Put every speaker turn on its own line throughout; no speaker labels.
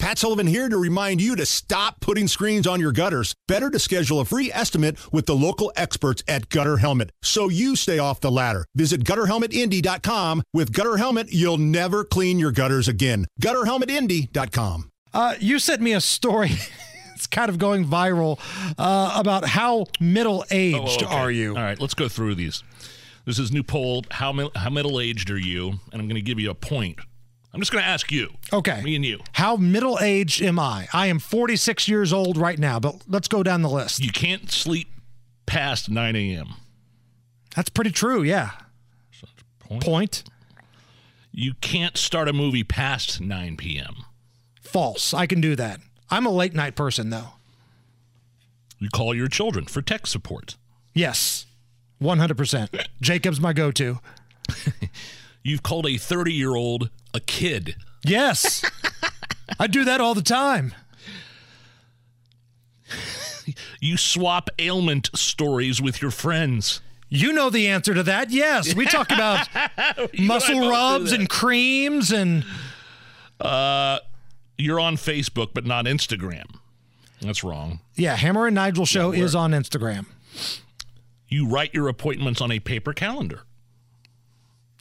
Matt Sullivan here to remind you to stop putting screens on your gutters. Better to schedule a free estimate with the local experts at Gutter Helmet so you stay off the ladder. Visit gutterhelmetindy.com. With Gutter Helmet, you'll never clean your gutters again. Gutterhelmetindy.com.
Uh, you sent me a story. it's kind of going viral uh, about how middle aged
Oh, okay.
are you?
All right, let's go through these. This is new poll. How mi- how middle aged are you? And I'm going to give you a point. I'm just going to ask you.
Okay.
Me and you.
How middle aged am I? I am 46 years old right now, but let's go down the list.
You can't sleep past 9 a.m.
That's pretty true. Yeah.
Point.
Point.
You can't start a movie past 9 p.m.
False. I can do that. I'm a late night person, though.
You call your children for tech support.
Yes. 100%. Jacob's my go to.
You've called a 30 year old a kid.
Yes. I do that all the time.
You swap ailment stories with your friends.
You know the answer to that. Yes. We talk about muscle
both do
rubs
that.
and creams and
You're on Facebook, but not Instagram. That's wrong.
yeah, Hammer and Nigel show is on Instagram.
You write your appointments on a paper calendar.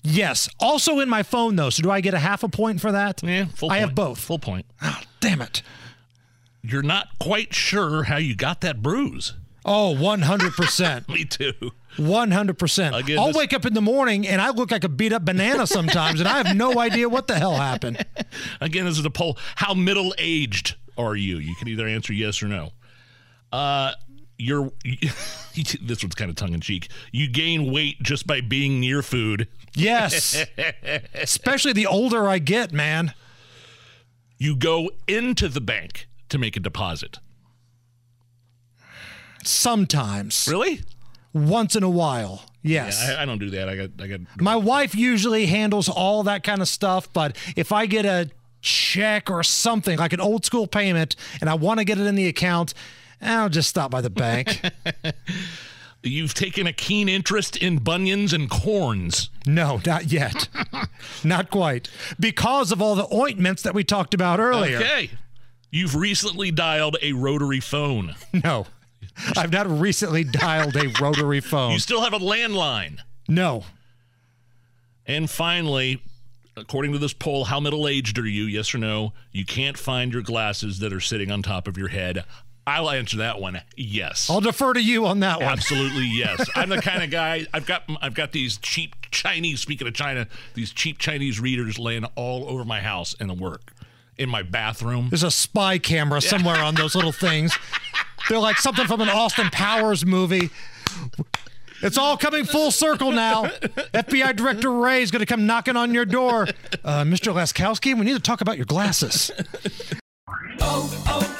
Yes. Also in my phone though. So do I get a half a point for that?
Yeah, full
I
point.
have both.
Full point.
Damn it.
You're not quite sure how you got that bruise.
Oh, 100%.
Me too.
100%.
Again,
I'll
this-
wake up in the morning and I look like a beat up banana sometimes and I have no idea what the hell happened.
Again, this is a poll. How middle aged are you? You can either answer yes or no. Uh, you're. this one's kind of tongue in cheek. You gain weight just by being near food.
Yes. Especially the older I get, man.
You go into the bank to make a deposit.
Sometimes.
Really?
Once in a while. Yes.
I, I don't do that. I got. I got.
My wife usually handles all that kind of stuff, but if I get a check or something, like an old school payment, and I want to get it in the account, I'll just stop by the bank.
You've taken a keen interest in bunions and corns.
no, not yet. not quite. Because of all the ointments that we talked about earlier.
Okay. You've recently dialed a rotary phone.
No. I've not recently dialed a rotary phone.
You still have a landline.
No.
And finally, according to this poll, how middle aged are you? Yes or no? You can't find your glasses that are sitting on top of your head. I'll answer that one. Yes.
I'll defer to you on that one.
Absolutely yes. I'm the kind of guy I've got I've got these cheap Chinese speaking of China, these cheap Chinese readers laying all over my house and the work. In my bathroom.
There's a spy camera somewhere on those little things. They're like something from an Austin Powers movie. It's all coming full circle now. FBI Director Ray is going to come knocking on your door. Uh, Mr. Laskowski, we need to talk about your glasses.
Oh,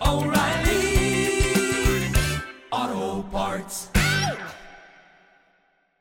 oh, O'Reilly Auto Parts.